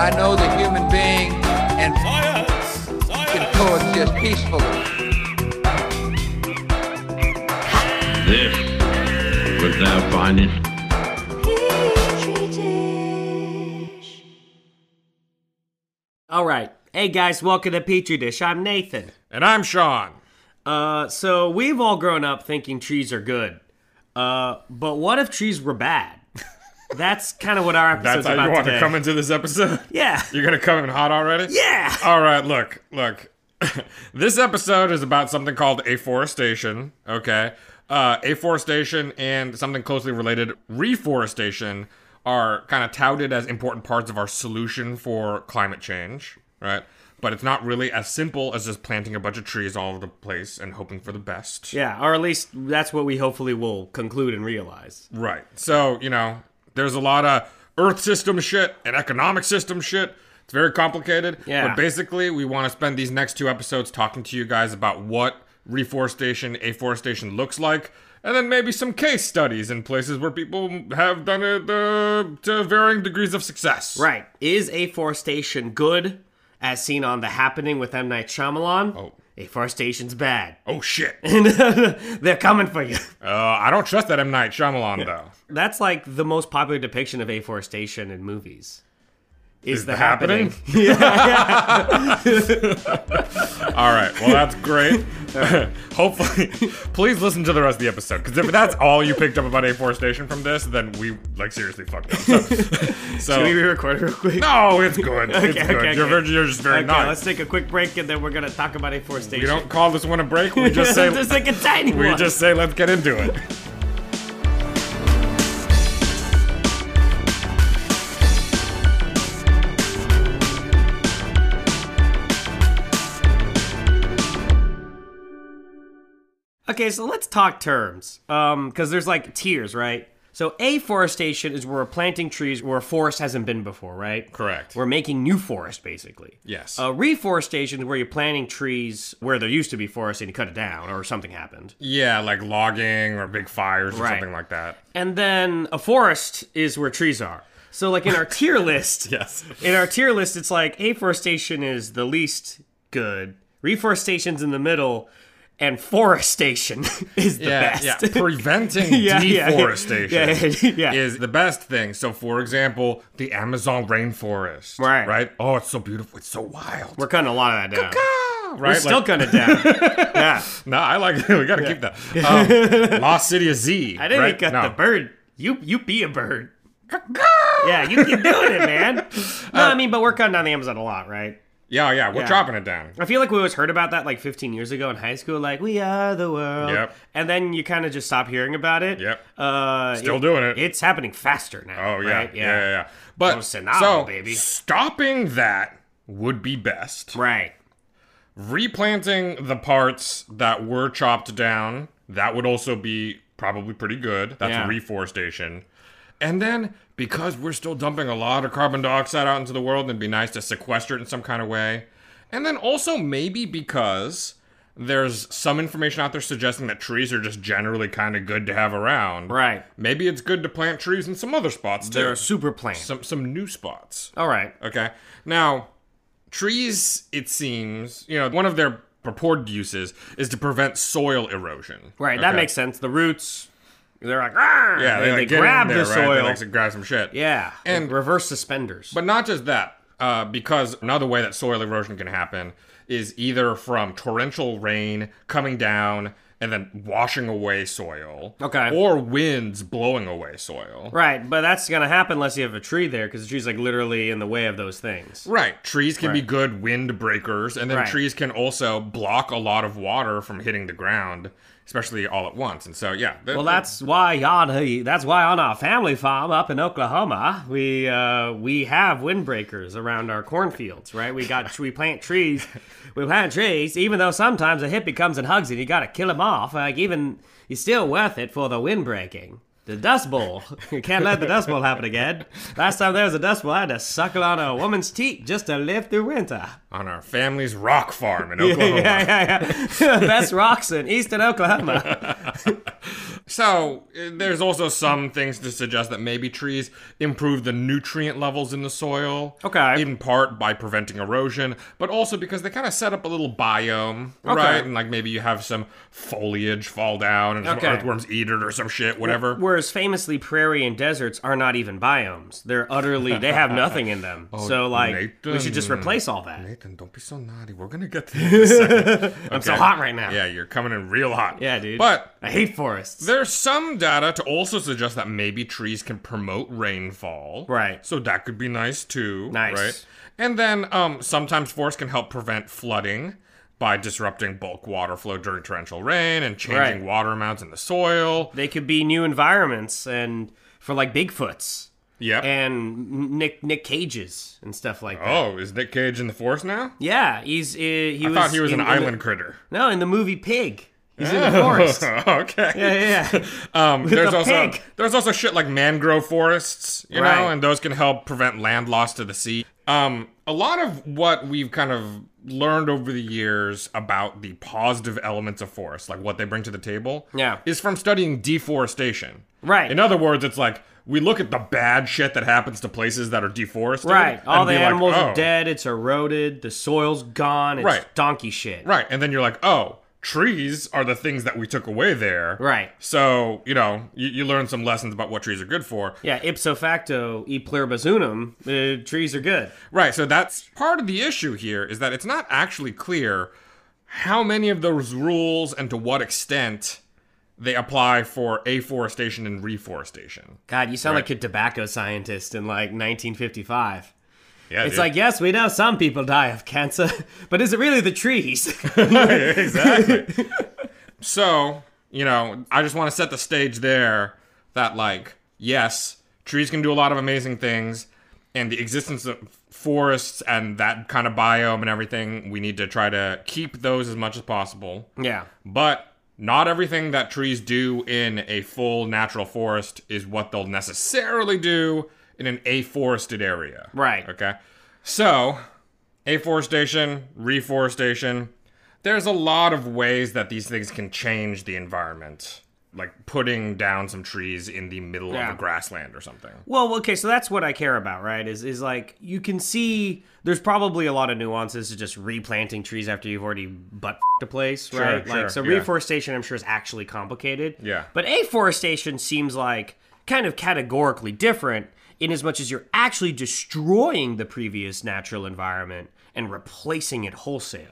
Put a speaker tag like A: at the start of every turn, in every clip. A: I know the human being and
B: Science!
A: can
B: Science!
A: coexist peacefully.
C: This was thou findest.
D: All right. Hey guys, welcome to Petri Dish. I'm Nathan.
E: And I'm Sean.
D: Uh, so we've all grown up thinking trees are good. Uh, but what if trees were bad? That's kind of what our episode's
E: That's how you
D: about
E: want
D: today.
E: to come into this episode?
D: Yeah.
E: You're going to come in hot already?
D: Yeah.
E: All right, look, look. this episode is about something called afforestation, okay? Uh, afforestation and something closely related, reforestation, are kind of touted as important parts of our solution for climate change, right? But it's not really as simple as just planting a bunch of trees all over the place and hoping for the best.
D: Yeah, or at least that's what we hopefully will conclude and realize.
E: Right. So, you know, there's a lot of earth system shit and economic system shit. It's very complicated.
D: Yeah.
E: But basically, we want to spend these next two episodes talking to you guys about what reforestation, afforestation looks like, and then maybe some case studies in places where people have done it uh, to varying degrees of success.
D: Right. Is afforestation good as seen on The Happening with M. Night Shyamalan?
E: Oh.
D: Afforestation's bad.
E: Oh, shit.
D: They're coming for you.
E: uh, I don't trust that M. Night Shyamalan, though.
D: That's like the most popular depiction of afforestation in movies. Is,
E: The Happening? All right. Well, that's great. Hopefully, please listen to the rest of the episode because if that's all you picked up about afforestation from this, then we like seriously fucked up. So, so-
D: Should we re-record real quick?
E: no, it's good. it's
D: Okay,
E: good.
D: okay,
E: you're,
D: okay.
E: very- you're just very
D: Okay, let's
E: nice.
D: take a quick break and then we're gonna talk about afforestation.
E: We don't call this one a break. We just say
D: Just like a tiny
E: we
D: one.
E: just say let's get into it.
D: Okay, so let's talk terms. Um, because there's like tiers, right? So afforestation is where we're planting trees where a forest hasn't been before, right?
E: Correct.
D: We're making new forest basically.
E: Yes.
D: Uh, reforestation is where you're planting trees where there used to be forest and you cut it down or something happened.
E: yeah, like logging or big fires or
D: Right.
E: something like that.
D: And then a forest is where trees are. So like in our tier list,
E: Yes.
D: In our tier list, it's like afforestation is the least good, reforestation's in the middle, and forestation is the
E: yeah,
D: best.
E: yeah. preventing
D: Yeah, yeah, yeah.
E: deforestation
D: Yeah, yeah, yeah.
E: is the best thing. So, for example, the Amazon rainforest,
D: Right.
E: Right. Oh, it's so beautiful. It's so wild.
D: We're cutting a lot of that down.
E: Ah, right.
D: We're still
E: like,
D: cutting it down. yeah,
E: no, I like. we gotta keep that. Um, Lost City of Z.
D: I didn't
E: right?
D: cut
E: No.
D: the bird. You you be a bird. yeah, you keep doing it, man. No,
E: Uh,
D: I mean, but we're cutting down the Amazon a lot, right?
E: Yeah, yeah. We're
D: Yeah.
E: dropping it down.
D: I feel like we always heard about that like 15 years ago in high school, like we are the world.
E: Yep.
D: And then you kind of just stop hearing about it.
E: Yep.
D: Uh,
E: Still doing it.
D: It's happening faster now.
E: Oh yeah,
D: right?
E: yeah, yeah. yeah. But
D: Oh, Sinalo,
E: so
D: baby.
E: stopping that would be best.
D: Right.
E: replanting the parts that were chopped down that would also be probably pretty good that's
D: Yeah.
E: reforestation and then because we're still dumping a lot of carbon dioxide out into the world it'd be nice to sequester it in some kind of way and then also maybe because there's some information out there suggesting that trees are just generally kind of good to have around
D: Right.
E: maybe it's good to plant trees in some other spots too
D: They're a super plant.
E: some some new spots
D: All right.
E: Okay. Now, trees, it seems, you know, one of their purported uses is to prevent soil erosion.
D: Right. That
E: Okay.
D: makes sense. The roots, they're like, "Rah!"
E: Yeah,
D: And
E: they,
D: they,
E: like, get in
D: grab
E: there,
D: the
E: right?
D: soil.
E: They like to grab some shit.
D: yeah.
E: And-
D: reverse suspenders.
E: But not just that, uh, because another way that soil erosion can happen is either from torrential rain coming down and then washing away soil.
D: Okay.
E: Or winds blowing away soil.
D: right. But that's going to happen unless you have a tree there because the tree's like literally in the way of those things.
E: Right. Trees can be
D: Right.
E: good wind breakers, and then
D: Right.
E: trees can also block a lot of water from hitting the ground. especially all at once. And so, yeah.
D: Well, that's why on a- that's why on our family farm up in Oklahoma, we uh, we have windbreakers around our cornfields, right? We got we plant trees, we plant trees. Even though sometimes a hippie comes and hugs it, you gotta kill him off. Like even it's still worth it for the windbreaking. The Dust Bowl. You can't let the Dust Bowl happen again. Last time there was a Dust Bowl, I had to suckle on a woman's teat just to live through winter.
E: on our family's rock farm in Oklahoma.
D: Yeah, yeah, yeah. Best rocks in eastern Oklahoma.
E: So uh, there's also some things to suggest that maybe trees improve the nutrient levels in the soil.
D: Okay.
E: In part by preventing erosion, but also because they kind of set up a little biome, right? And like maybe you have some foliage fall down and some
D: Okay.
E: earthworms eat it or some shit, whatever.
D: Whereas famously, prairie and deserts are not even biomes. They're utterly, they have nothing in them. so, like, we should just
E: Oh, Nathan.
D: replace all that.
E: Nathan, don't be so naughty. We're gonna get to this. in a second.
D: I'm so
E: Okay.
D: hot right now.
E: Yeah, you're coming in real hot.
D: Yeah, dude.
E: But
D: I hate forests.
E: There's some data to also suggest that maybe trees can promote rainfall.
D: Right.
E: So that could be nice too.
D: Nice.
E: Right. And then um, sometimes forests can help prevent flooding by disrupting bulk water flow during torrential rain and changing
D: Right.
E: water amounts in the soil.
D: they could be new environments and for like Bigfoots
E: Yep.
D: and Nick Nick Cages and stuff like that.
E: oh, is Nick Cage in the forest now?
D: Yeah, he's uh, he
E: I
D: was.
E: thought he was
D: in-
E: an
D: in the-
E: island Oh. critter.
D: no, in the movie Pig, he's in the forest. Yeah,
E: okay.
D: yeah. yeah.
E: Um, there's
D: the
E: also
D: pig.
E: there's also shit like mangrove forests, you know,
D: Right.
E: and those can help prevent land loss to the sea. Um, a lot of what we've kind of learned over the years about the positive elements of forests, like what they bring to the table,
D: Yeah.
E: is from studying deforestation.
D: Right.
E: In other words, it's like we look at the bad shit that happens to places that are deforested.
D: Right, all
E: and
D: the
E: be like,
D: animals
E: "Oh."
D: are dead. It's eroded. The soil's gone. It's
E: Right.
D: donkey shit.
E: Right. And then you're like, oh, trees are the things that we took away there.
D: Right.
E: So, you know, you, you learn some lessons about what trees are good for.
D: Yeah, ipso facto, e pluribus unum, the trees are good.
E: Right. So that's part of the issue here is that it's not actually clear how many of those rules and to what extent they apply for afforestation and reforestation.
D: God, you sound
E: Right.
D: like a tobacco scientist in like 1955.
E: Yeah.
D: It's like, yes, we know some people die of cancer, but is it really the trees?
E: exactly. so, you know, I just want to set the stage there that, like, yes, trees can do a lot of amazing things, and the existence of forests and that kind of biome and everything, we need to try to keep those as much as possible.
D: yeah.
E: But not everything that trees do in a full natural forest is what they'll necessarily do in an afforested area.
D: Right.
E: Okay. So, afforestation, reforestation, there's a lot of ways that these things can change the environment. Like putting down some trees in the middle
D: Yeah.
E: of a grassland or something.
D: Well, okay, so that's what I care about, right? Is is like you can see there's probably a lot of nuances to just replanting trees after you've already butt f***ed a place,
E: Sure,
D: right?
E: sure,
D: like so
E: yeah.
D: reforestation I'm sure is actually complicated.
E: Yeah.
D: But afforestation seems like kind of categorically different in as much as you're actually destroying the previous natural environment and replacing it wholesale.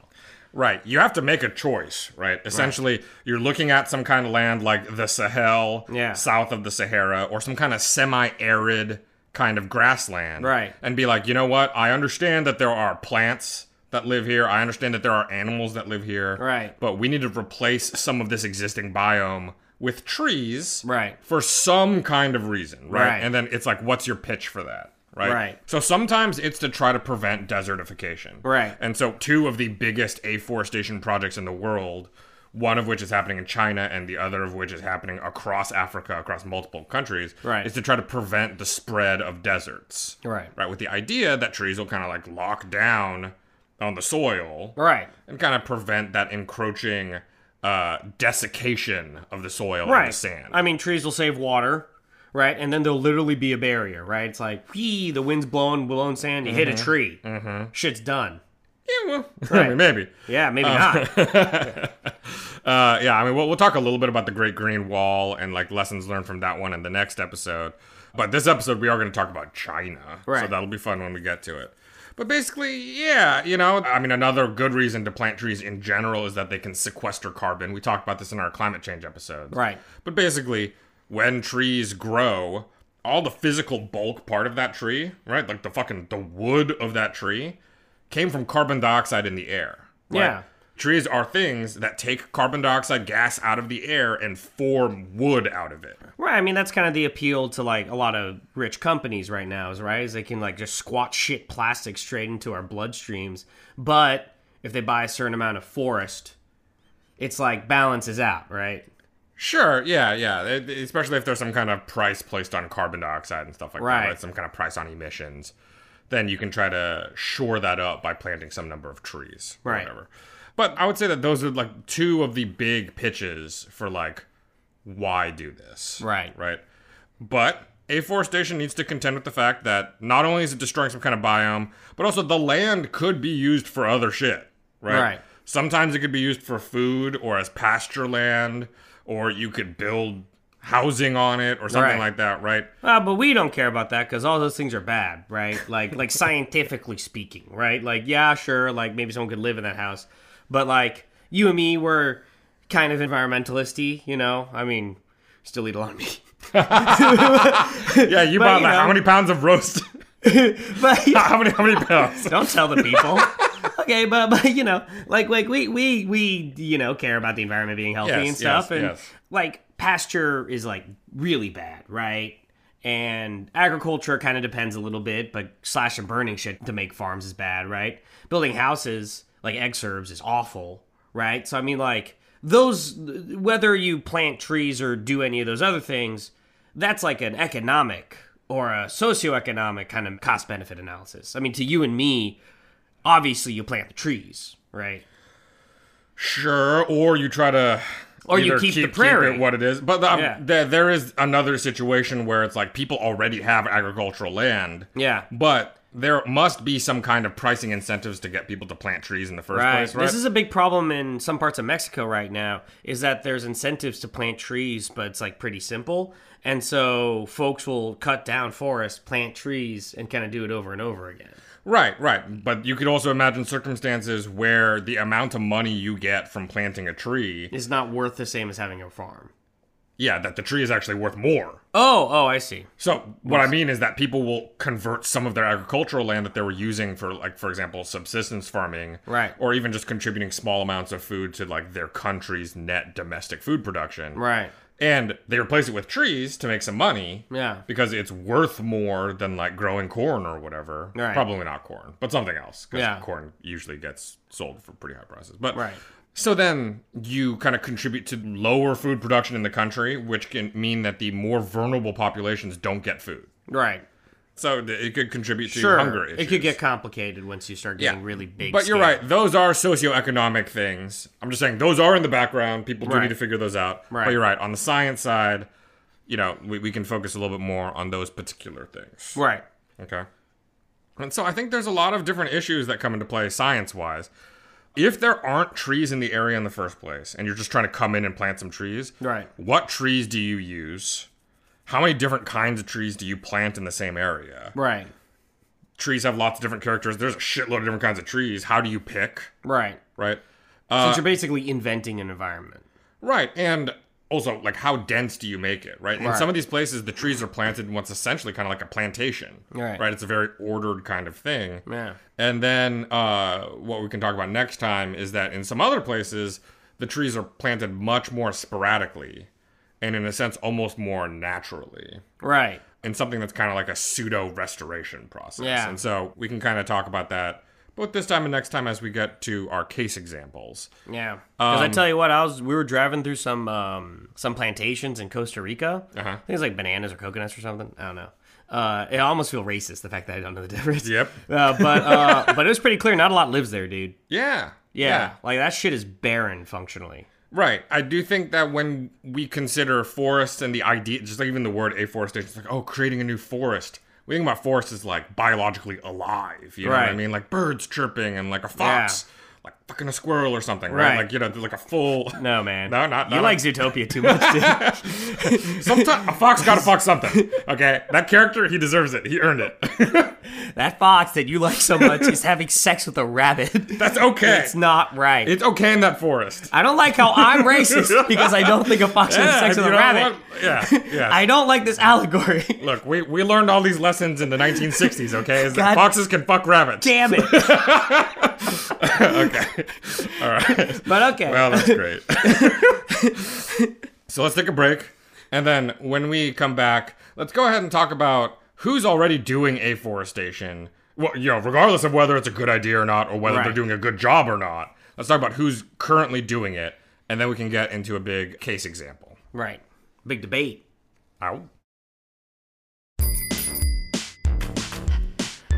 E: Right. You have to make a choice, right? Essentially, you're looking at some kind of land like the Sahel,
D: Yeah.
E: south of the Sahara, or some kind of semi arid kind of grassland.
D: Right.
E: And be like, you know what? I understand that there are plants that live here. I understand that there are animals that live here.
D: Right.
E: But we need to replace some of this existing biome with trees.
D: Right.
E: For some kind of reason. Right.
D: Right.
E: And then it's like, what's your pitch for that? Right.
D: Right.
E: So sometimes it's to try to prevent desertification.
D: Right.
E: And so, two of the biggest afforestation projects in the world, one of which is happening in China and the other of which is happening across Africa, across multiple countries,
D: Right.
E: is to try to prevent the spread of deserts.
D: Right.
E: Right. With the idea that trees will kind of like lock down on the soil
D: Right.
E: and kind of prevent that encroaching uh, desiccation of the soil and the sand.
D: I mean, trees will save water, right? And then there'll literally be a barrier, right? It's like, whee, the wind's blowing, blowing sand, you hit a tree. Mm-hmm. Shit's done.
E: yeah, well, I
D: Right.
E: mean, maybe.
D: Yeah, maybe not.
E: Uh, yeah, I mean, we'll, we'll talk a little bit about the Great Green Wall and like lessons learned from that one in the next episode. But this episode, we are going to talk about China. So
D: Right.
E: that'll be fun when we get to it. But basically, yeah, you know, I mean, another good reason to plant trees in general is that they can sequester carbon. We talked about this in our climate change episode.
D: Right.
E: But basically, when trees grow, all the physical bulk part of that tree, right? Like the fucking the wood of that tree came from carbon dioxide in the air. right?
D: Yeah.
E: Trees are things that take carbon dioxide gas out of the air and form wood out of it.
D: Right, I mean that's kind of the appeal to like a lot of rich companies right now, is right, is they can like just squat shit plastic straight into our bloodstreams. But if they buy a certain amount of forest, it's like balances out, right?
E: Sure, yeah, yeah. It- Especially if there's some kind of price placed on carbon dioxide and stuff like
D: Right.
E: that, right? Some kind of price on emissions. Then you can try to shore that up by planting some number of trees, or
D: Right.
E: Whatever. But I would say that those are like two of the big pitches for like why do this,
D: Right.
E: Right. But afforestation needs to contend with the fact that not only is it destroying some kind of biome, but also the land could be used for other shit, right?
D: Right.
E: Sometimes it could be used for food or as pasture land, or you could build housing on it or something
D: Right.
E: like that, right?
D: Uh, but we don't care about that because all those things are bad, right? Like, like scientifically speaking, right? Like, yeah, sure, like maybe someone could live in that house, but like you and me, we're kind of environmentalisty, you know. I mean, still eat a lot of meat,
E: Yeah, you
D: But,
E: bought
D: you
E: like how
D: know-
E: many pounds of roast?
D: but
E: how many how many pounds?
D: Don't tell the people. okay, but but you know, like like we we we you know care about the environment being healthy
E: Yes,
D: and stuff,
E: yes,
D: and
E: yes.
D: like pasture is like really bad, right? And agriculture kind of depends a little bit, but slash and burning shit to make farms is bad, right? Building houses like exurbs is awful, right? So I mean, like those whether you plant trees or do any of those other things, that's like an economic or a socioeconomic kind of cost benefit analysis. I mean, to you and me, obviously you plant the trees, right?
E: Sure, or you try to
D: Or you
E: either
D: keep the prairie.
E: it what it is. But the,
D: Yeah.
E: there, there is another situation where it's like people already have agricultural land.
D: Yeah.
E: But there must be some kind of pricing incentives to get people to plant trees in the first place, right?
D: This is a big problem in some parts of Mexico right now is that there's incentives to plant trees, but it's like pretty simple. And so folks will cut down forests, plant trees, and kind of do it over and over again.
E: Right, right. But you could also imagine circumstances where the amount of money you get from planting a tree,
D: It's not worth the same as having a farm.
E: yeah, that the tree is actually worth more.
D: Oh, oh, I see.
E: So, what I mean is that people will convert some of their agricultural land that they were using for like for example, subsistence farming,
D: Right.
E: or even just contributing small amounts of food to like their country's net domestic food production.
D: Right.
E: And they replace it with trees to make some money.
D: Yeah.
E: Because it's worth more than like growing corn or whatever.
D: Right.
E: Probably not corn, but something else. Because
D: Yeah.
E: corn usually gets sold for pretty high prices. But
D: Right.
E: so then you kind of contribute to lower food production in the country, which can mean that the more vulnerable populations don't get food.
D: Right.
E: So th- it could contribute to
D: Sure.
E: hunger issues.
D: It could get complicated once you start getting really big.
E: But you're
D: scale.
E: right; those are socioeconomic things. I'm just saying those are in the background. People do
D: Right.
E: need to figure those out.
D: Right.
E: But you're right on the science side. You know, we, we can focus a little bit more on those particular things.
D: Right.
E: Okay. And so I think there's a lot of different issues that come into play science wise. If there aren't trees in the area in the first place, and you're just trying to come in and plant some trees,
D: Right.
E: What trees do you use? How many different kinds of trees do you plant in the same area?
D: Right.
E: trees have lots of different characters. There's a shitload of different kinds of trees. How do you pick?
D: Right.
E: Right.
D: Since
E: Uh,
D: you're basically inventing an environment.
E: Right. And also, like, how dense do you make it? Right. In
D: Right.
E: some of these places, the trees are planted in what's essentially kind of like a plantation.
D: Right.
E: Right. It's a very ordered kind of thing.
D: Yeah.
E: And then uh, what we can talk about next time is that in some other places, the trees are planted much more sporadically and, in a sense, almost more naturally.
D: Right.
E: and something that's kind of like a pseudo restoration process.
D: Yeah.
E: And so we can kind of talk about that both this time and next time as we get to our case examples.
D: Yeah, because
E: Um,
D: I tell you what, I was we were driving through some um, some plantations in Costa Rica.
E: Uh-huh.
D: I think it's like bananas or coconuts or something. I don't know. Uh, it almost feel racist the fact that I don't know the difference.
E: Yep.
D: Uh, but uh, but it was pretty clear. Not a lot lives there, dude.
E: Yeah.
D: Yeah, like that shit is barren functionally.
E: Right. I do think that when we consider forests and the idea, just like even the word afforestation, it's like, oh, creating a new forest. We think about forests as like biologically alive. You know what I
D: Right.
E: mean? Like birds chirping and like a fox, like fucking a squirrel or something, right?
D: Right.
E: Like, you know, like a full.
D: No man.
E: No, not-
D: you
E: not-
D: like Zootopia too much. Dude.
E: Sometimes a fox gotta fuck something. Okay. That character, he deserves it. He earned it.
D: that fox that you like so much is having sex with a rabbit.
E: That's okay.
D: It's not right.
E: It's okay in that forest.
D: I don't like how I'm racist because I don't think a fox has sex
E: you
D: with a
E: know
D: rabbit.
E: what? Yeah, yeah.
D: I don't like this allegory.
E: Look, we, we learned all these lessons in the 1960s. Okay, is
D: God-
E: that foxes can fuck rabbits?
D: Damn it.
E: Okay, All right.
D: But okay.
E: Well, that's great. so let's take a break. And then when we come back, let's go ahead and talk about who's already doing afforestation. Well, you know, regardless of whether it's a good idea or not, or whether
D: Right.
E: they're doing a good job or not, let's talk about who's currently doing it. And then we can get into a big case example.
D: right. Big debate.
E: Ow.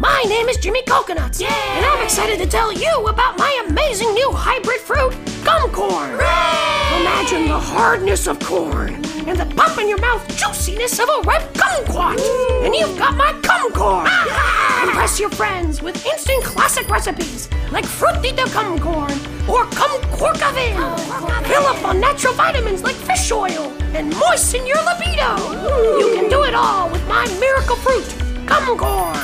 F: My name is Jimmy Coconuts, and I'm excited to tell you about my amazing new hybrid fruit, gum corn. Imagine the hardness of corn and the pop in your mouth juiciness of a ripe kumquat, and you've got my gum corn. Impress your friends with instant classic recipes like frutti de gum corn or cum corcovin. Fill up on natural vitamins like fish oil and moisten your libido. You can do it all with my miracle fruit. Gumgore.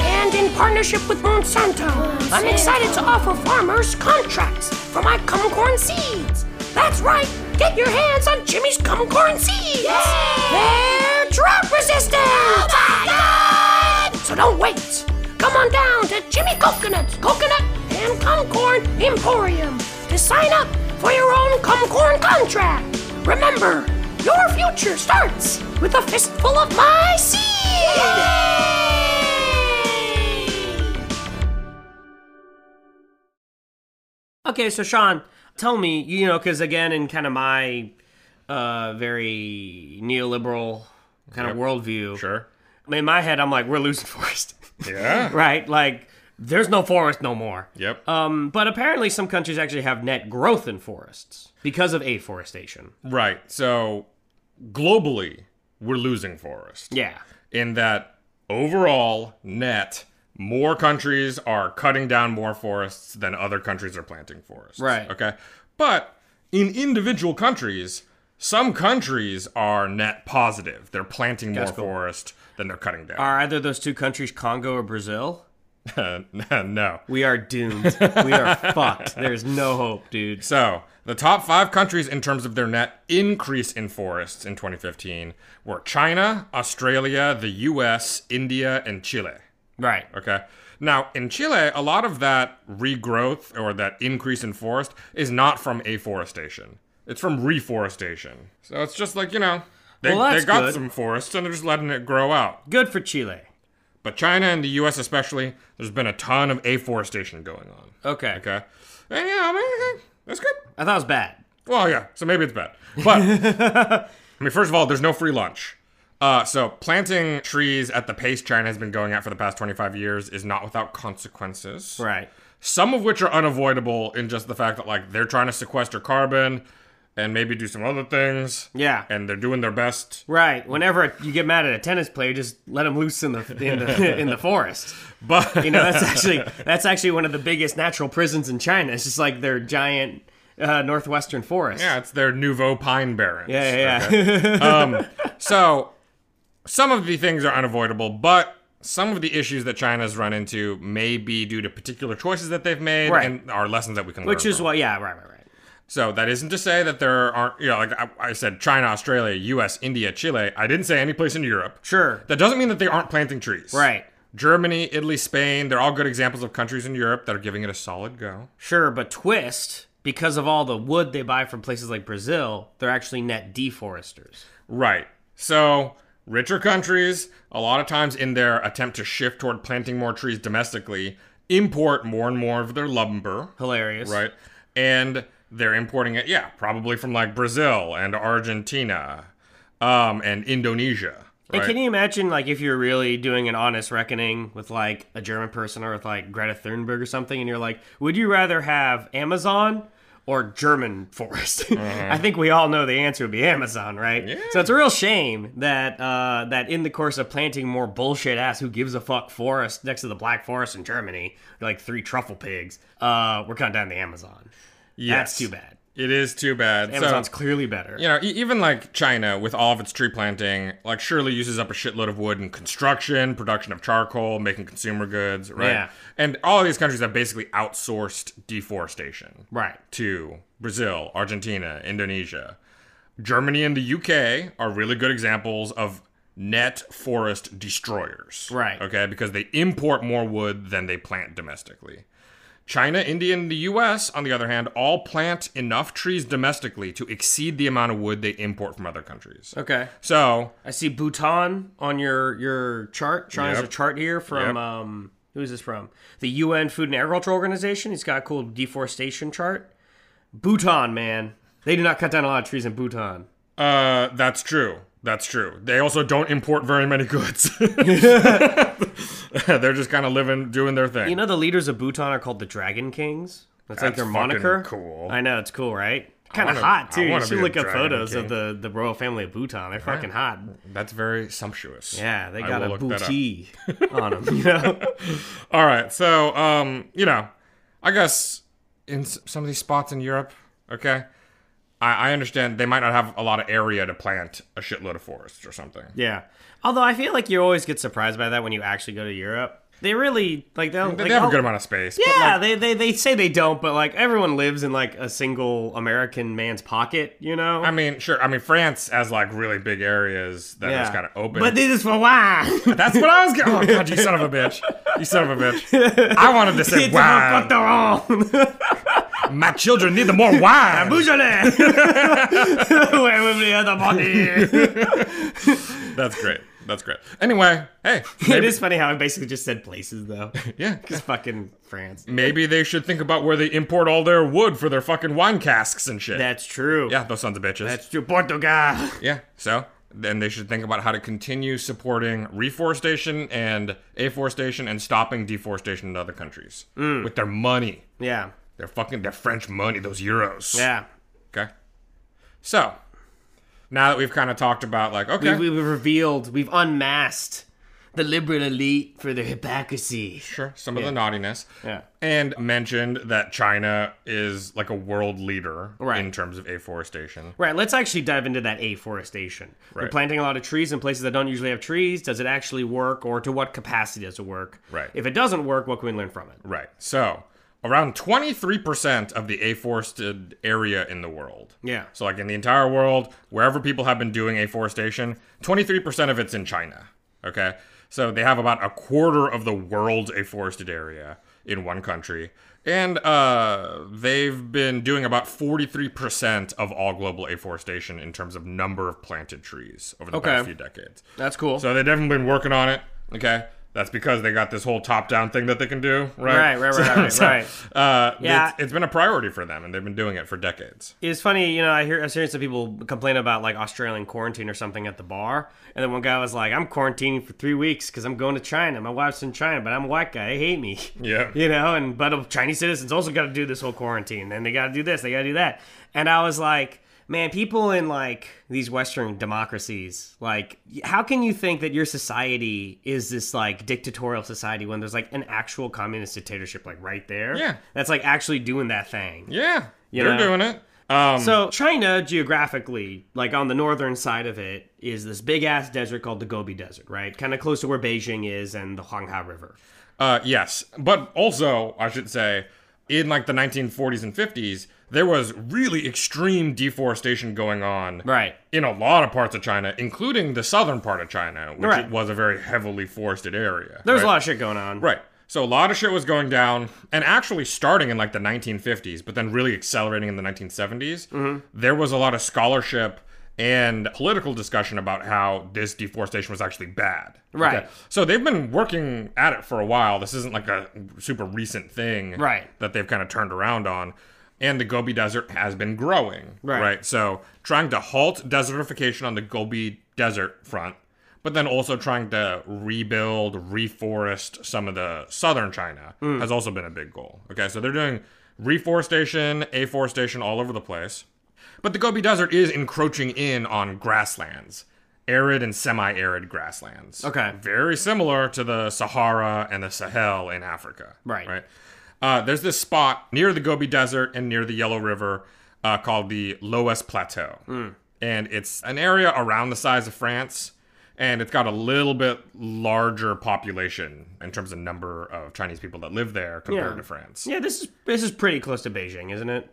F: And in partnership with Monsanto, I'm excited to offer farmers contracts for my Gumcorn seeds. That's right, get your hands on Jimmy's Gumcorn seeds. They're drought resistant. So don't wait. Come on down to Jimmy Coconuts, Coconut and Gumcorn Emporium to sign up for your own Gumcorn contract. Remember, your future starts with a fistful of my seed!
D: Okay, so Sean, tell me, you know, because again, in kind of my uh, very neoliberal kind of
E: Yep.
D: worldview,
E: Sure.
D: in my head, I'm like, we're losing forest,
E: Yeah.
D: right? Like, there's no forest no more.
E: Yep.
D: Um, but apparently, some countries actually have net growth in forests because of afforestation.
E: right. So globally, we're losing forest.
D: Yeah.
E: in that overall net more countries are cutting down more forests than other countries are planting forests.
D: Right.
E: Okay. But in individual countries, some countries are net positive. They're planting more
D: cool.
E: forest than they're cutting down.
D: Are either of those two countries Congo or Brazil?
E: no.
D: We are doomed. we are fucked. There's no hope, dude.
E: So, the top five countries in terms of their net increase in forests in 2015 were China, Australia, the US, India, and Chile.
D: Right.
E: Okay. Now, in Chile, a lot of that regrowth or that increase in forest is not from afforestation. It's from reforestation. So it's just like, you know, they,
D: Well, that's
E: they got
D: good.
E: some forests and they're just letting it grow out.
D: Good for Chile.
E: But China and the US especially, there's been a ton of afforestation going on.
D: Okay.
E: Okay. And yeah, I mean, eh, that's good.
D: I thought it was bad.
E: Well, yeah, so maybe it's bad. But, I mean, first of all, there's no free lunch. Uh, so, planting trees at the pace China has been going at for the past 25 years is not without consequences
D: Right.
E: some of which are unavoidable in just the fact that like they're trying to sequester carbon and maybe do some other things.
D: Yeah.
E: And they're doing their best.
D: Right. Whenever you get mad at a tennis player, just let him loose in the in the in the forest.
E: But
D: You know, that's actually that's actually one of the biggest natural prisons in China. It's just like their giant uh, northwestern forest.
E: yeah, it's their nouveau pine barrens.
D: Yeah, yeah,
E: Okay. Um,
D: yeah.
E: So some of the things are unavoidable, but some of the issues that China's run into may be due to particular choices that they've made
D: Right.
E: and are lessons that we can learn.
D: Which is
E: from.
D: what yeah, right, right, right.
E: So that isn't to say that there aren't, you know, like I, I said, China, Australia, U.S., India, Chile. I didn't say any place in Europe.
D: Sure.
E: That doesn't mean that they aren't planting trees.
D: Right.
E: Germany, Italy, Spain, they're all good examples of countries in Europe that are giving it a solid go.
D: Sure, but twist, because of all the wood they buy from places like Brazil, they're actually net deforesters.
E: Right. So, richer countries, a lot of times in their attempt to shift toward planting more trees domestically, import more and more of their lumber.
D: Hilarious.
E: Right. And they're importing it, yeah, probably from like Brazil and Argentina um, and Indonesia.
D: And
E: right?
D: can you imagine, like, if you're really doing an honest reckoning with, like, a German person or with, like, Greta Thunberg or something, and you're like, would you rather have Amazon or German forest?
E: Mm-hmm.
D: I think we all know the answer would be Amazon, right? So it's a real shame that uh, that in the course of planting more bullshit ass who gives a fuck forest next to the Black Forest in Germany, like three truffle pigs, uh, we're cutting down the Amazon. That's
E: Yes.
D: too bad.
E: It is too bad. So-
D: Amazon's clearly better.
E: you know, e- even like China, with all of its tree planting, like surely uses up a shitload of wood in construction, production of charcoal, making consumer goods, right?
D: Yeah.
E: And all of these countries have basically outsourced deforestation
D: Right.
E: to Brazil, Argentina, Indonesia. Germany and the UK are really good examples of net forest destroyers.
D: Right.
E: Okay, because they import more wood than they plant domestically. China, India, and the US, on the other hand, all plant enough trees domestically to exceed the amount of wood they import from other countries.
D: Okay.
E: So,
D: I see Bhutan on your your chart. China's
E: Yep.
D: a chart here from
E: Yep.
D: um who is this from? The UN Food and Agriculture Organization. He's got a cool deforestation chart. Bhutan, man. They do not cut down a lot of trees in Bhutan.
E: uh, that's true. That's true. They also don't import very many goods. They're just kind of living, doing their thing.
D: You know the leaders of Bhutan are called the Dragon Kings? That's, like
E: That's
D: their
E: fucking
D: moniker.
E: cool.
D: I know, it's cool, right? Kind of
E: wanna-
D: hot
E: I
D: too. You
E: wanna
D: should
E: be a
D: look up
E: Dragon
D: photos
E: King.
D: of the, the royal family of Bhutan. They're fucking hot.
E: that's very sumptuous.
D: Yeah, they
E: I
D: got a
E: will look that up.
D: booty on them. You know,
E: All right, so um, you know, I guess in s- some of these spots in Europe, okay, I, I understand they might not have a lot of area to plant a shitload of forests or something.
D: yeah. Although I feel like you always get surprised by that when you actually go to Europe. They really like they'll,
E: They,
D: like,
E: they have a
D: they'll-
E: good amount of space. but,
D: Yeah,
E: like,
D: they, they they say they don't, but like everyone lives in like a single American man's pocket, you know.
E: I mean, sure. I mean, France has like really big areas that is kind of open.
D: But this is for wine.
E: that's what I was getting. Oh god, you son of a bitch! You son of a bitch! I wanted to say
D: It's for
E: wow.
D: Cotteron.
E: My children need the more wine.
D: Beaujolais. Where will be the body?
E: That's great. That's great. Anyway, hey,
D: It
E: maybe-
D: is funny how I basically just said places though.
E: yeah.
D: Because fucking France.
E: Maybe they should think about where they import all their wood for their fucking wine casks and shit.
D: That's true.
E: yeah, those sons of bitches.
D: That's true. Portugal.
E: yeah, so then they should think about how to continue supporting reforestation and afforestation and stopping deforestation in other countries
D: Mm.
E: with their money.
D: Yeah.
E: Their fucking their French money, those euros.
D: Yeah.
E: Okay. So now that we've kind of talked about like okay,
D: We, we've revealed, we've unmasked the liberal elite for their hypocrisy.
E: sure, some of the naughtiness.
D: Yeah.
E: And mentioned that China is like a world leader
D: Right.
E: in terms of afforestation.
D: Right, let's actually dive into that afforestation. We're
E: Right.
D: planting a lot of trees in places that don't usually have trees. Does it actually work, or to what capacity does it work?
E: Right.
D: If it doesn't work, what can we learn from it?
E: Right. So around 23% of the afforested area in the world.
D: Yeah.
E: So, like in the entire world, wherever people have been doing afforestation, 23% of it's in China. Okay. So they have about a quarter of the world's afforested area in one country. And uh, they've been doing about 43% of all global afforestation in terms of number of planted trees over the
D: Okay.
E: past few decades.
D: That's cool.
E: So they've definitely been working on it. Okay. That's because they got this whole top-down thing that they can do,
D: Right,
E: right?
D: right, right, right, right.
E: Uh,
D: Yeah.
E: it's- it's been a priority for them, and they've been doing it for decades.
D: it's funny, you know, I hear I've hearing some people complain about like Australian quarantine or something at the bar, and then one guy was like, "I'm quarantining for three weeks because I'm going to China. My wife's in China, but I'm a white guy. They hate me."
E: Yeah.
D: you know, and but a Chinese citizens also got to do this whole quarantine, and they got to do this, they got to do that, and I was like. Man, people in like these Western democracies, like, y- how can you think that your society is this like dictatorial society when there's like an actual communist dictatorship like right there?
E: Yeah.
D: that's like actually doing that thing.
E: Yeah.
D: You
E: they're
D: know?
E: doing it. Um,
D: So China geographically, like on the northern side of it, is this big ass desert called the Gobi Desert, right? Kind of close to where Beijing is and the Huanghe River.
E: uh, yes, but also I should say, in like the 1940s and 50s, there was really extreme deforestation going on.
D: Right.
E: In a lot of parts of China, including the southern part of China, which
D: Right.
E: was a very heavily forested area.
D: There's
E: right?
D: a lot of shit going on.
E: Right. So a lot of shit was going down, and actually starting in like the 1950s, but then really accelerating in the 1970s.
D: Mm-hmm.
E: There was a lot of scholarship and political discussion about how this deforestation was actually bad.
D: Right.
E: So they've been working at it for a while. This isn't like a super recent thing
D: Right.
E: that they've kind of turned around on. And the Gobi Desert has been growing.
D: Right.
E: So trying to halt desertification on the Gobi Desert front, but then also trying to rebuild, reforest some of the southern China
D: Mm.
E: has also been a big goal. Okay. So they're doing reforestation, afforestation all over the place. But the Gobi Desert is encroaching in on grasslands, arid and semi arid grasslands.
D: Okay.
E: Very similar to the Sahara and the Sahel in Africa.
D: Right.
E: Right. Uh, there's this spot near the Gobi Desert and near the Yellow River uh, called the Loess Plateau.
D: Hmm.
E: And it's an area around the size of France. And it's got a little bit larger population in terms of number of Chinese people that live there compared
D: Yeah.
E: to France.
D: Yeah, this is this is pretty close to Beijing, isn't it?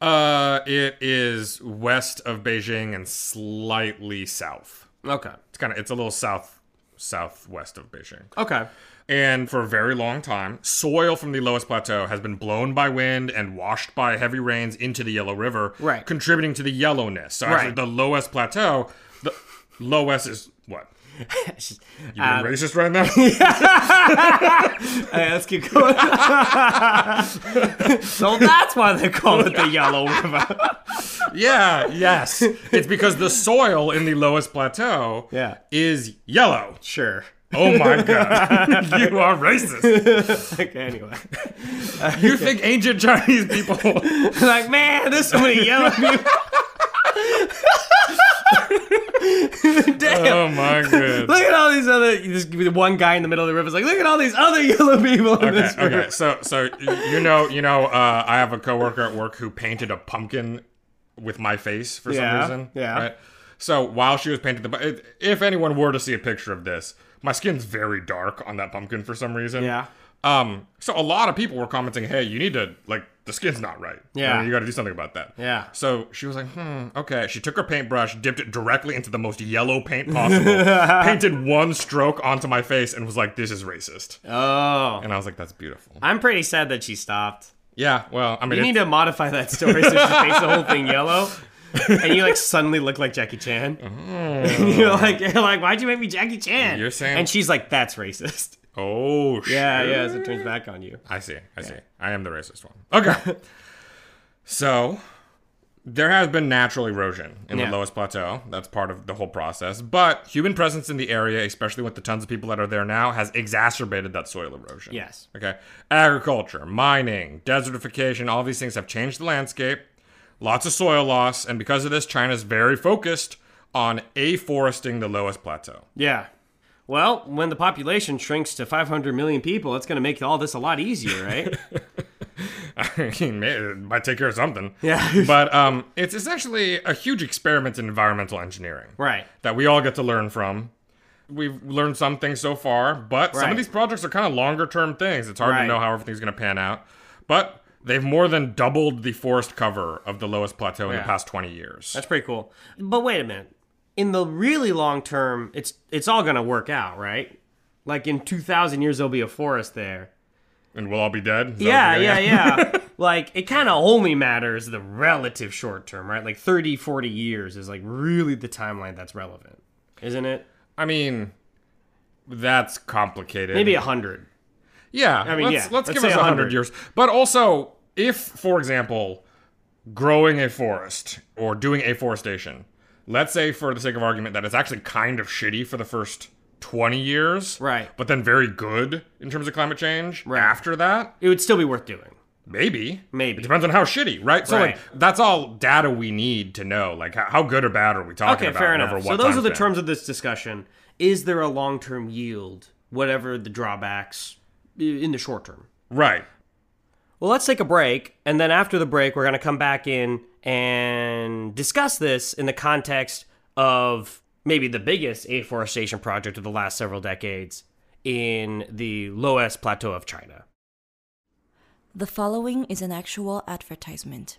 E: Uh, it is west of Beijing and slightly south.
D: Okay.
E: It's kind of it's a little south southwest of Beijing.
D: Okay.
E: And for a very long time, soil from the lowest plateau has been blown by wind and washed by heavy rains into the Yellow River,
D: Right.
E: contributing to the yellowness. So actually,
D: Right.
E: the lowest plateau, the lowest is what? You being racist right now?
D: Um, Hey, let's keep going. so that's why they call it the Yellow River.
E: yeah, yes. It's because the soil in the lowest plateau
D: Yeah.
E: is yellow.
D: Sure.
E: Oh my god. you are racist.
D: Okay, anyway.
E: You think ancient Chinese people
D: like, man, there's so many yellow people.
E: Oh my god.
D: Look at all these other. This one guy in the middle of the river is like, look at all these other yellow people in
E: Okay,
D: this river.
E: okay. So so you know, you know, uh, I have a coworker at work who painted a pumpkin with my face for
D: Yeah,
E: some reason.
D: yeah.
E: So while she was painting the pu- if anyone were to see a picture of this, my skin's very dark on that pumpkin for some reason.
D: Yeah.
E: Um, so a lot of people were commenting, "Hey, you need to like the skin's not right.
D: Yeah.
E: you, got to do something about that."
D: Yeah.
E: So she was like, "Hmm, okay." She took her paintbrush, dipped it directly into the most yellow paint possible, painted one stroke onto my face, and was like, "This is racist."
D: Oh.
E: And I was like, "That's beautiful."
D: I'm pretty sad that she stopped.
E: Yeah. Well, I mean,
D: You
E: it's-
D: need to modify that story so she paints the whole thing yellow. And you like suddenly look like Jackie Chan. you're like, you're like, why'd you make me Jackie Chan?
E: Oh. You're saying-
D: and she's like, that's racist.
E: oh shit.
D: Yeah, yeah. So it turns back on you.
E: I see. I see. I am the racist one. Okay. so there has been natural erosion in
D: Yeah.
E: the lowest plateau. That's part of the whole process. But human presence in the area, especially with the tons of people that are there now, has exacerbated that soil erosion.
D: Yes.
E: Okay. Agriculture, mining, desertification, all these things have changed the landscape. Lots of soil loss, and because of this, China's very focused on afforesting the lowest plateau.
D: Yeah. Well, when the population shrinks to 500 million people, it's going to make all this a lot easier, right?
E: I mean, may- it might take care of something.
D: Yeah.
E: but um, it's, it's actually a huge experiment in environmental engineering.
D: right.
E: That we all get to learn from. We've learned some things so far, but some
D: Right.
E: of these projects are kind of longer term things. It's hard
D: Right.
E: to know how everything's going to pan out. But they've more than doubled the forest cover of the lowest plateau in
D: Yeah.
E: the past 20 years.
D: That's pretty cool. But wait a minute. In the really long term, it's it's all going to work out, right? Like in 2000 years there'll be a forest there.
E: and we'll all be dead? Is that what
D: Yeah,
E: you're
D: yeah,
E: getting at?
D: yeah. like it kind of only matters the relative short term, right? Like 30, 40 years is like really the timeline that's relevant. Isn't it?
E: I mean, that's complicated.
D: Maybe 100.
E: Yeah,
D: mean,
E: let's,
D: yeah,
E: Let's,
D: let's
E: give
D: say
E: us 100.
D: 100.
E: years. But also, if, for example, growing a forest or doing afforestation, let's say, for the sake of argument, that it's actually kind of shitty for the first 20 years.
D: Right.
E: But then very good in terms of climate change
D: Right.
E: after that.
D: It would still be worth doing.
E: Maybe.
D: Maybe.
E: It depends on how shitty, right? So,
D: Right.
E: like, that's all data we need to know. Like, how, how good or bad are we talking
D: Okay,
E: about?
D: fair
E: and over
D: enough. So
E: what
D: those
E: time
D: are the
E: span?
D: terms of this discussion. Is there a long-term yield, whatever the drawbacks i- in the short term?
E: Right.
D: Well, let's take a break, and then after the break, we're going to come back in and discuss this in the context of maybe the biggest afforestation project of the last several decades in the lowest plateau of China.
G: The following is an actual advertisement.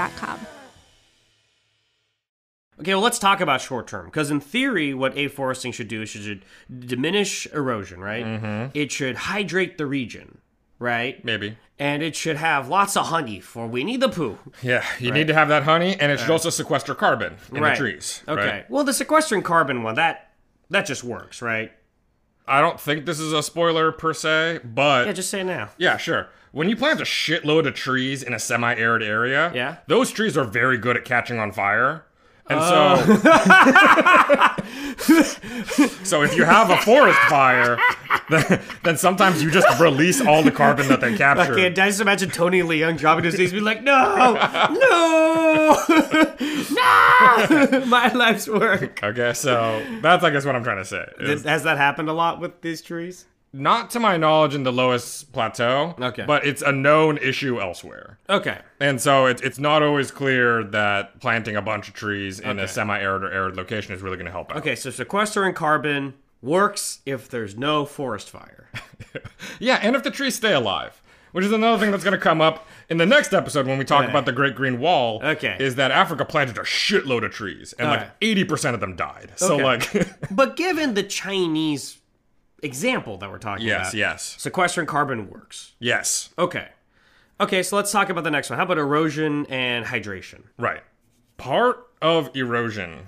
D: Okay, well, let's talk about short term because in theory, what afforesting should do is it should diminish erosion, right?
E: Mm-hmm.
D: It should hydrate the region, right?
E: Maybe.
D: And it should have lots of honey for Winnie the Pooh.
E: Yeah, you need to have that honey, and it should also sequester carbon in
D: right.
E: the trees.
D: Okay.
E: right?
D: Well, the sequestering carbon one that that just works, right?
E: I don't think this is a spoiler per se, but
D: Yeah,
E: yeah,
D: just say it now.
E: sure. When you plant a shitload of trees in a semi-arid area,
D: Yeah.
E: those trees are very good at catching on fire. And so
D: Oh.
E: So if you have a forest fire, then, then sometimes you just release all the carbon that they
D: I
E: captured.
D: can't. I just imagine Tony Leung dropping his knees, and be like, "No, no, no! My life's work."
E: Okay, so that's I guess what I'm trying to say. is-
D: Has that happened a lot with these trees?
E: not to my knowledge in the Lois Plateau.
D: Okay.
E: But it's a known issue elsewhere.
D: Okay.
E: And so it, it's not always clear that planting a bunch of trees in
D: Okay.
E: a semi arid or arid location is really going to help out.
D: Okay, so sequestering carbon works if there's no forest fire.
E: Yeah, and if the trees stay alive, which is another thing that's going to come up in the next episode when we talk
D: Okay.
E: about the Great Green Wall.
D: Okay.
E: Is that Africa planted a shitload of trees and
D: Alright.
E: like 80% of them died. So,
D: Okay.
E: like,
D: but given the Chinese example that we're talking
E: Yes,
D: about,
E: yes.
D: sequestering carbon works.
E: yes.
D: Okay. Okay, so let's talk about the next one. How about erosion and hydration?
E: Right. Part of erosion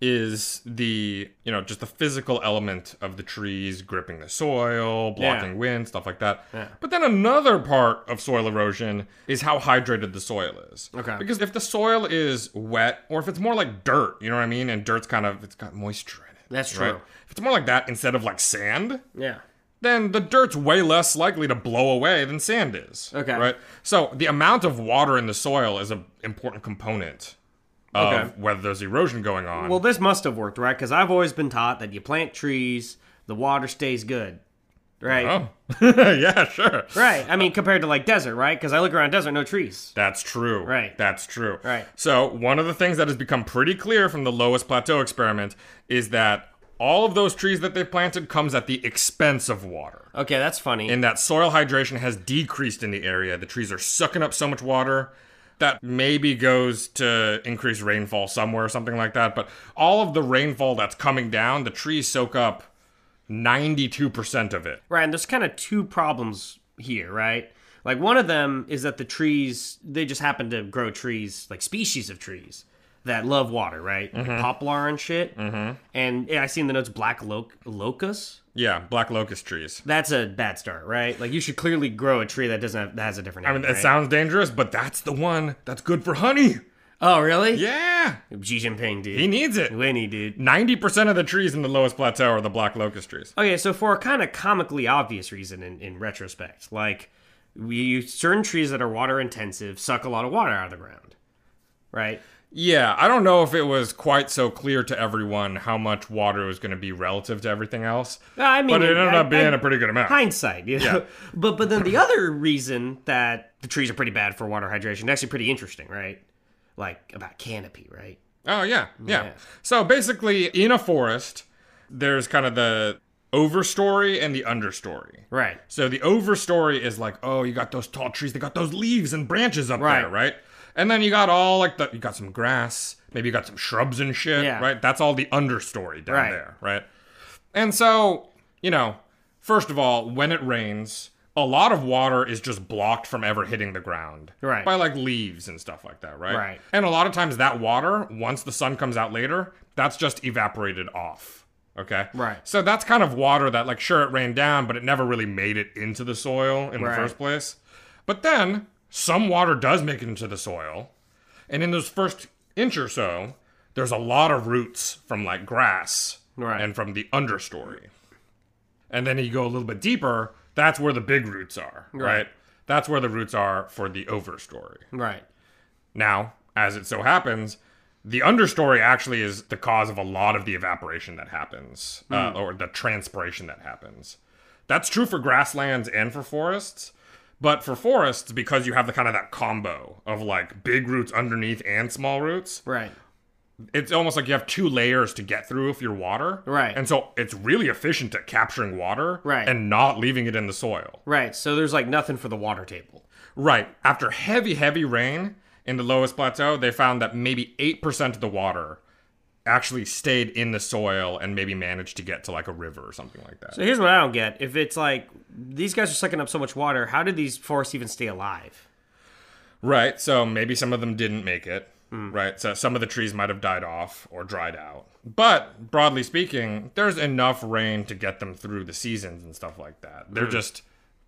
E: is the, you know, just the physical element of the trees gripping the soil, blocking
D: Yeah.
E: wind, stuff like that. But then another part of soil erosion is how hydrated the soil is.
D: Okay.
E: Because if the soil is wet or if it's more like dirt, you know what I mean? And dirt's kind of, it's got moisture in it.
D: That's
E: right?
D: true.
E: If it's more like that instead of like sand,
D: Yeah.
E: then the dirt's way less likely to blow away than sand is.
D: Okay.
E: Right? So the amount of water in the soil is an important component of
D: Okay.
E: whether there's erosion going on.
D: Well, this must have worked, right? Because I've always been taught that you plant trees, the water stays good, right?
E: oh. yeah, sure.
D: Right. I mean, compared to like desert, right? Because I look around desert, no trees.
E: That's true.
D: Right.
E: That's true.
D: Right.
E: So, one of the things that has become pretty clear from the lowest plateau experiment is that all of those trees that they planted comes at the expense of water.
D: Okay, that's funny.
E: in that soil hydration has decreased in the area. The trees are sucking up so much water that maybe goes to increase rainfall somewhere or something like that. But all of the rainfall that's coming down, the trees soak up 92% of it.
D: Right, and there's kind of two problems here, right? Like one of them is that the trees they just happen to grow trees, like species of trees that love water, right? Like poplar and shit. Mm-hmm. And yeah, I see in the notes black loc- locust.
E: Yeah, black locust trees.
D: That's a bad start, right? Like you should clearly grow a tree that doesn't have, that has a different.
E: I mean,
D: name,
E: it
D: right?
E: sounds dangerous, but that's the one that's good for honey.
D: Oh, really?
E: Yeah,
D: Xi Jinping, dude.
E: he needs it.
D: Winnie, dude.
E: 90% of the trees in the lowest plateau are the black locust trees.
D: Okay, so for a kind of comically obvious reason, in, in retrospect, like we certain trees that are water intensive suck a lot of water out of the ground, right?
E: Yeah, I don't know if it was quite so clear to everyone how much water was going to be relative to everything else.
D: I mean,
E: but it ended
D: I-
E: up being
D: I-
E: a pretty good amount.
D: hindsight, you know.
E: Yeah.
D: But but then the other reason that the trees are pretty bad for water hydration, actually pretty interesting, right? Like about canopy, right?
E: Oh yeah, yeah,
D: Yeah.
E: So basically, in a forest, there's kind of the overstory and the understory.
D: Right.
E: So the overstory is like, oh, you got those tall trees, they got those leaves and branches up
D: Right.
E: there, right? And then you got all like the you got some grass, maybe you got some shrubs and shit,
D: Yeah.
E: right? That's all the understory down
D: Right.
E: there, right? And so, you know, first of all, when it rains, a lot of water is just blocked from ever hitting the ground.
D: Right.
E: By like leaves and stuff like that, right?
D: Right.
E: And a lot of times that water, once the sun comes out later, that's just evaporated off. Okay?
D: Right.
E: So that's kind of water that, like, sure, it rained down, but it never really made it into the soil in
D: Right.
E: the first place. But then some water does make it into the soil. And in those first inch or so, there's a lot of roots from like grass
D: Right.
E: and from the understory. And then you go a little bit deeper, that's where the big roots are, right?
D: Right.
E: That's where the roots are for the overstory.
D: Right.
E: Now, as it so happens, the understory actually is the cause of a lot of the evaporation that happens,
D: Hmm.
E: uh, or the transpiration that happens. That's true for grasslands and for forests. But for forests, because you have the kind of that combo of like big roots underneath and small roots,
D: Right.
E: it's almost like you have two layers to get through if you're water.
D: Right.
E: And so it's really efficient at capturing water
D: Right.
E: and not leaving it in the soil.
D: Right. So there's like nothing for the water table.
E: Right. After heavy, heavy rain in the lowest plateau, they found that maybe 8% of the water actually stayed in the soil and maybe managed to get to like a river or something like that.
D: So here's what I don't get. If it's like these guys are sucking up so much water, how did these forests even stay alive?
E: Right. So maybe some of them didn't make it.
D: Hmm.
E: Right. So some of the trees might have died off or dried out. But broadly speaking, there's enough rain to get them through the seasons and stuff like that. They're
D: Hmm.
E: just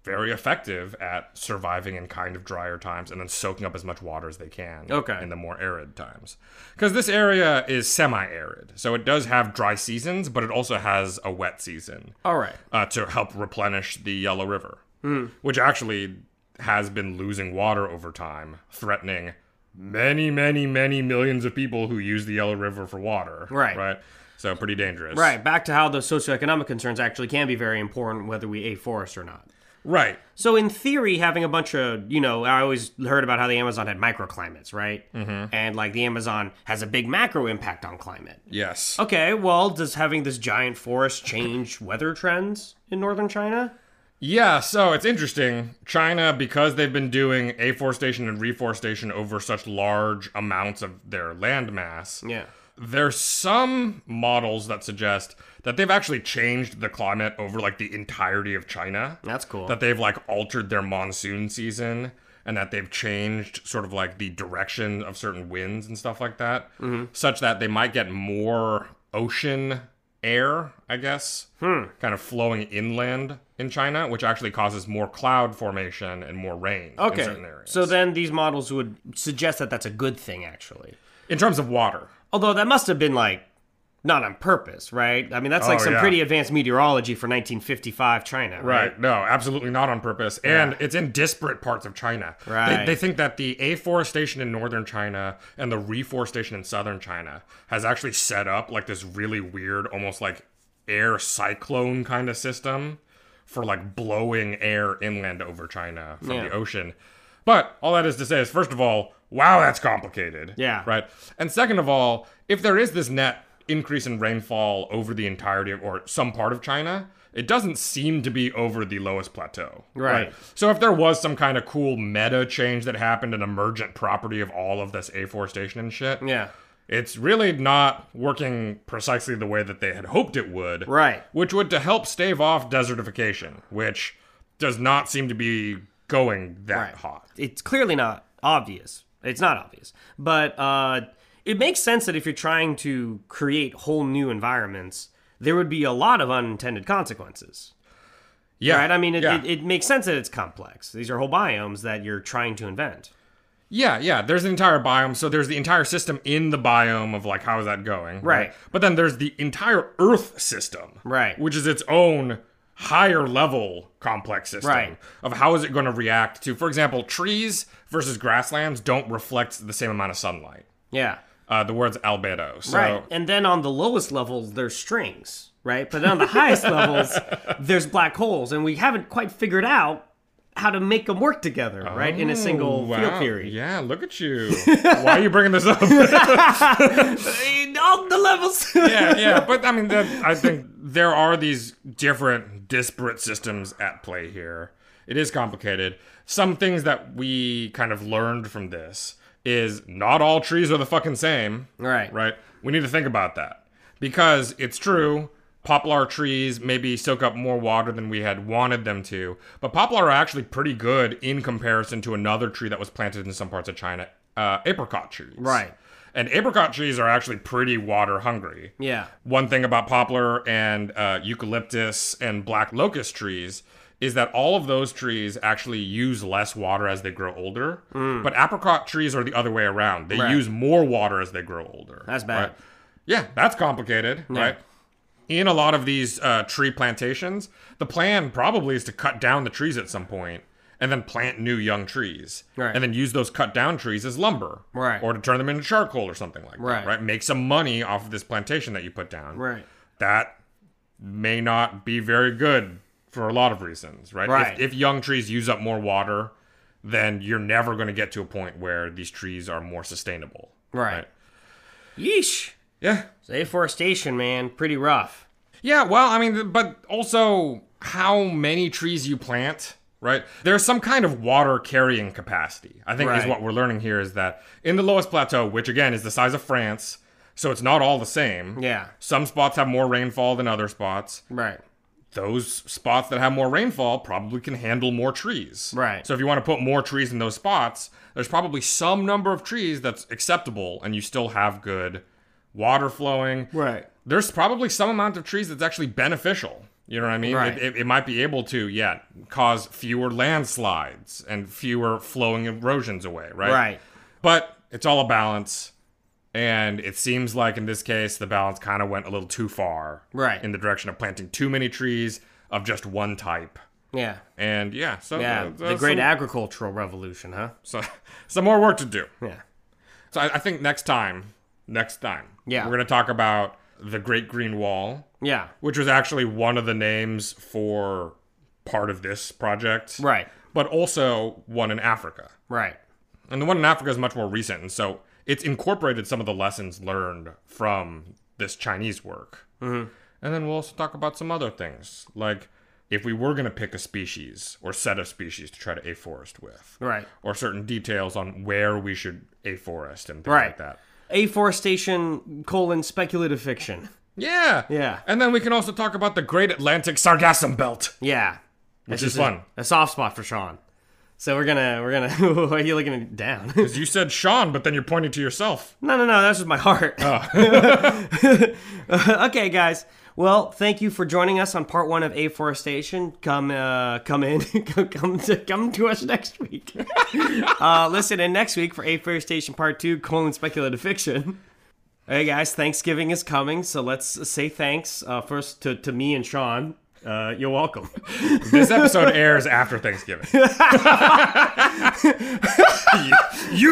E: very effective at surviving in kind of drier times and then soaking up as much water as they can
D: Okay.
E: in the more arid times. Because this area is semi arid. So it does have dry seasons, but it also has a wet season
D: All right.
E: uh, to help replenish the Yellow River, which actually has been losing water over time, threatening many, many, many millions of people who use the Yellow River for water.
D: Right.
E: Right. So pretty dangerous.
D: Right, back to how the socioeconomic concerns actually can be very important, whether we afforest or not.
E: Right.
D: So in theory, having a bunch of you know, I always heard about how the Amazon had microclimates, right? Mm-hmm. And like the Amazon has a big macro impact on climate.
E: Yes.
D: Okay, well, does having this giant forest change weather trends in northern China?
E: Yeah, so it's interesting. China, because they've been doing afforestation and reforestation over such large amounts of their land mass,
D: Yeah.
E: there's some models that suggest that they've actually changed the climate over like the entirety of China.
D: That's cool.
E: That they've like altered their monsoon season and that they've changed sort of like the direction of certain winds and stuff like that,
D: Mm-hmm.
E: such that they might get more ocean air, I guess,
D: Hmm.
E: kind of flowing inland in China, which actually causes more cloud formation and more rain in certain
D: Okay.
E: areas.
D: So then these models would suggest that that's a good thing, actually.
E: in terms of water,
D: Although that must have been like not on purpose, right? I mean, that's like
E: Oh,
D: some
E: yeah.
D: pretty advanced meteorology for 1955 China, right?
E: Right. No, absolutely not on purpose. And it's in disparate parts of China.
D: Right.
E: They, they think that the afforestation in northern China and the reforestation in southern China has actually set up like this really weird, almost like air cyclone kind of system for like blowing air inland over China from
D: Yeah.
E: the ocean. But all that is to say is, first of all, wow, that's complicated.
D: Yeah.
E: Right. And second of all, if there is this net increase in rainfall over the entirety of, or some part of China, it doesn't seem to be over the lowest plateau.
D: Right.
E: So if there was some kind of cool meta change that happened, an emergent property of all of this afforestation and shit,
D: Yeah.
E: it's really not working precisely the way that they had hoped it would.
D: Right.
E: Which would to help stave off desertification, which does not seem to be going that
D: Right.
E: hot.
D: It's clearly not obvious. It's not obvious. But uh, it makes sense that if you're trying to create whole new environments, there would be a lot of unintended consequences.
E: Yeah.
D: Right? I mean, it,
E: yeah.
D: it, it makes sense that it's complex. These are whole biomes that you're trying to invent.
E: Yeah, yeah. There's an entire biome. So there's the entire system in the biome of like how is that going?
D: Right.
E: But then there's the entire Earth system.
D: Right.
E: Which is its own higher level complex system
D: Right.
E: of how is it going to react to, for example, trees versus grasslands don't reflect the same amount of sunlight.
D: Yeah.
E: Uh, the word's albedo. So
D: Right. And then on the lowest levels, there's strings, right? But then on the highest levels, there's black holes. And we haven't quite figured out how to make them work together, right? In a single field
E: Oh, Wow.
D: theory.
E: Yeah, look at you. Why are you bringing this up?
D: In all the levels.
E: yeah, yeah. But I mean, that, I think there are these different, disparate systems at play here. It is complicated. Some things that we kind of learned from this is not all trees are the fucking same.
D: Right.
E: Right. We need to think about that because it's true. Poplar trees maybe soak up more water than we had wanted them to, but poplar are actually pretty good in comparison to another tree that was planted in some parts of China, uh, apricot trees.
D: Right.
E: And apricot trees are actually pretty water hungry.
D: Yeah.
E: One thing about poplar and uh, eucalyptus and black locust trees is that all of those trees actually use less water as they grow older. But apricot trees are the other way around. They
D: Mm. Right.
E: use more water as they grow older.
D: That's bad.
E: Right? Yeah, that's complicated, right? In a lot of these uh, tree plantations, the plan probably is to cut down the trees at some point and then plant new young trees.
D: Right.
E: And then use those cut down trees as lumber.
D: Right.
E: Or to turn them into charcoal or something like
D: Right.
E: that. Right. Make some money off of this plantation that you put down.
D: Right.
E: That may not be very good for a lot of reasons, right?
D: Right.
E: If, if young trees use up more water, then you're never going to get to a point where these trees are more sustainable.
D: Right. Yeesh.
E: Yeah.
D: So afforestation, man, pretty rough.
E: Yeah, well, I mean, but also how many trees you plant, right? There's some kind of water carrying capacity. I think is
D: Right.
E: what we're learning here is that in the lowest plateau, which again is the size of France, so it's not all the same.
D: Yeah.
E: Some spots have more rainfall than other spots.
D: Right.
E: Those spots that have more rainfall probably can handle more trees.
D: Right.
E: So if you want to put more trees in those spots, there's probably some number of trees that's acceptable and you still have good water flowing
D: Right.
E: there's probably some amount of trees that's actually beneficial. You know what I mean?
D: Right.
E: It, it, it might be able to, yeah, cause fewer landslides and fewer flowing erosions away, right?
D: Right.
E: But it's all a balance. And it seems like in this case, the balance kind of went a little too far.
D: Right.
E: In the direction of planting too many trees of just one type.
D: Yeah.
E: And yeah, so
D: Yeah.
E: uh,
D: the Great
E: some,
D: Agricultural Revolution, huh?
E: so, some more work to do.
D: Yeah.
E: So I, I think next time, next time,
D: Yeah.
E: we're gonna talk about the Great Green Wall,
D: Yeah.
E: which was actually one of the names for part of this project.
D: Right.
E: But also one in Africa.
D: Right.
E: And the one in Africa is much more recent, and so it's incorporated some of the lessons learned from this Chinese work. Mm-hmm. And then we'll also talk about some other things, like if we were going to pick a species or set of species to try to afforest with,
D: Right.
E: Or certain details on where we should afforest and things like
D: Right.
E: that.
D: Afforestation colon speculative fiction.
E: Yeah,
D: Yeah.
E: And then we can also talk about the Great Atlantic Sargassum Belt.
D: Yeah.
E: Which
D: That's
E: is
D: just
E: fun.
D: A, a soft spot for Sean. So we're gonna we're gonna why are you looking at- down?
E: Because you said Sean, but then you're pointing to yourself.
D: No, no, no. That's just my heart. okay, guys. Well, thank you for joining us on part one of Afforestation. Come, uh, come in, come, come to, come to us next week. uh, listen in next week for Afforestation Part Two: colon Speculative Fiction. Hey guys, Thanksgiving is coming, so let's say thanks uh, first to, to me and Sean. Uh, you're welcome.
E: This episode airs after Thanksgiving. you,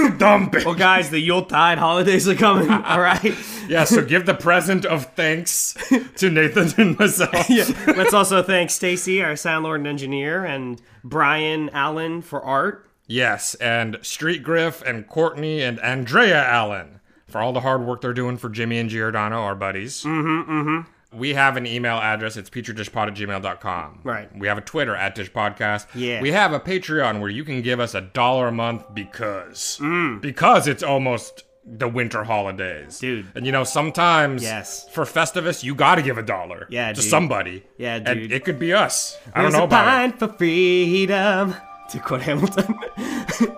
E: you dumb bitch.
D: Well, guys, the Yuletide holidays are coming. All right.
E: Yeah, so give the present of thanks to Nathan and myself.
D: Let's also thank Stacy, our sound lord and engineer, and Brian Allen for art.
E: Yes, and Street Griff and Courtney and Andrea Allen for all the hard work they're doing for Jimmy and Giordano, our buddies. Mm-hmm, mm-hmm. We have an email address. It's petridishpod at gmail.com.
D: Right.
E: We have a Twitter at dishpodcast.
D: Yeah.
E: We have a Patreon where you can give us a dollar a month because.
D: Mm.
E: Because it's almost the winter holidays.
D: Dude.
E: And you know, sometimes
D: Yes.
E: for Festivus, you gotta give a dollar
D: Yeah,
E: to
D: dude.
E: somebody.
D: Yeah,
E: And
D: dude.
E: it could be us. I don't
D: There's
E: know
D: a
E: about it.
D: pine for freedom. To quote Hamilton.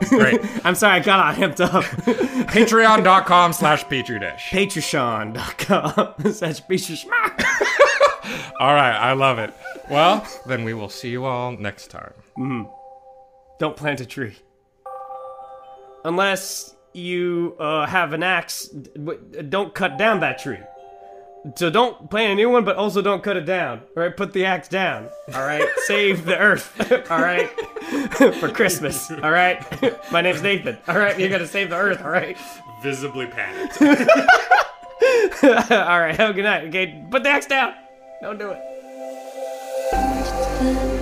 E: Great.
D: I'm sorry, I got all hemped up.
E: Patreon.com slash Petri Dish.
D: Patreon.com slash Patreon.
E: All right, I love it. Well, then we will see you all next time.
D: Don't plant a tree. Unless you uh, have an axe, d- w- don't cut down that tree. So don't plant a new one, but also don't cut it down. All right, put the axe down. All right, save the earth. All right, for Christmas. All right, my name's Nathan. All right, you gotta save the earth. All right.
E: Visibly panicked.
D: All right, have a good night. Okay, put the axe down. Don't do it.
H: First time